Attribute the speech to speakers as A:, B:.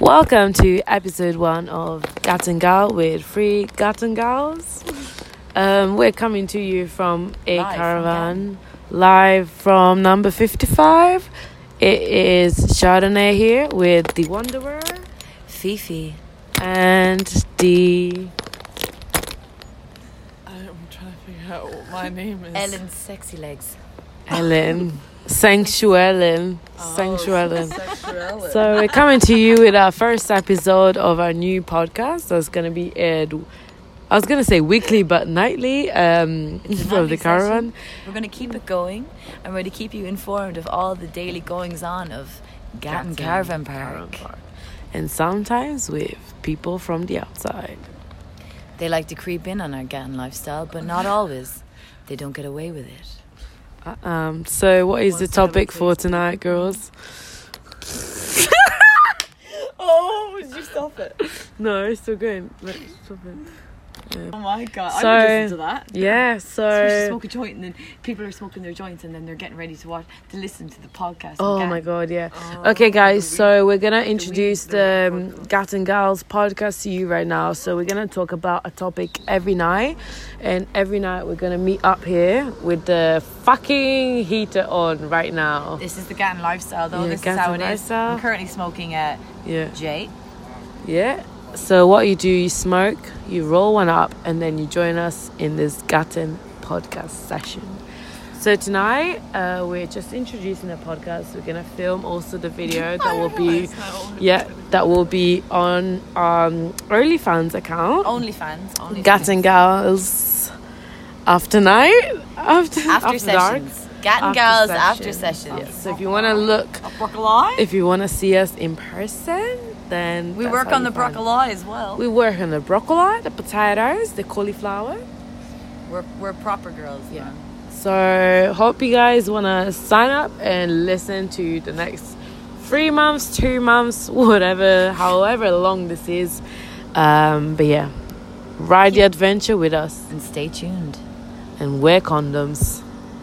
A: Welcome to episode one of Gatton Gal with three Gatton Gals. Um, we're coming to you from a
B: Live from
A: caravan live from number 55. It is Chardonnay here with the Wanderer
B: Fifi.
A: and the.
C: I'm trying to figure out what my name is.
B: Ellen's sexy legs.
A: Ellen. Sanctuellen.
C: Oh,
A: Sanctuellen.
C: Sexuellen.
A: So we're coming to you with our first episode of our new podcast that's going to be aired. I was going to say weekly, but nightly um, from
B: a nightly
A: the
B: session.
A: caravan.
B: We're going to keep it going and we're going to keep you informed of all the daily goings on of Gatton Caravan Park.
A: And sometimes with people from the outside.
B: They like to creep in on our Gatton lifestyle, but not always. They don't get away with it.
A: Uh, Um, so, what is the
C: What's the other
A: topic for
C: place?
A: tonight, girls?
C: oh, would you stop it?
A: No, it's still going. Let's stop it.
C: Oh my god, I
A: Sorry.
C: would listen to that.
A: Yeah,
C: Especially
A: so.
C: smoke a joint and then people are smoking their joints and then they're getting ready to watch to listen to the podcast.
A: Oh
C: again.
A: my god, yeah.
C: Oh,
A: Okay, guys,
C: the
A: so we're gonna introduce the
C: the
A: um,
C: podcast.
A: Gat and Gals podcast to you right now. So we're gonna talk about a topic every night, and every night we're gonna meet up here with the fucking heater on right now.
B: This is the Gatton lifestyle,
A: though. Yeah, This is Gatton how it is. lifestyle. I'm
B: currently smoking at
A: Yeah,
B: J.
A: yeah. So what you do, you smoke, you roll one up, and then you join us in this Gatten podcast session. So tonight uh, we're just introducing the podcast. We're gonna film also the video that will be.
C: realised how old it
A: Yeah, that will be on um OnlyFans account.
B: OnlyFans. Only
A: Gat and Gals after night. After,
B: After,
A: dark.
B: sessions. Gatton
A: After
B: Gals after
A: session.
B: sessions.
A: So if you wanna look
B: Broccoli?
A: if you wanna see us in person, then
B: We
A: that's
B: work
A: how
B: on
A: you
B: the
A: find-
B: broccoli as well.
A: We work on the broccoli, the potatoes, the cauliflower.
B: We're, we're proper girls.
A: Yeah.
B: man.
A: So hope you guys wanna sign up and listen to the next three months, two months, whatever, however long this is. Um, but yeah, ride the adventure with us
B: And stay tuned.
A: and wear condoms.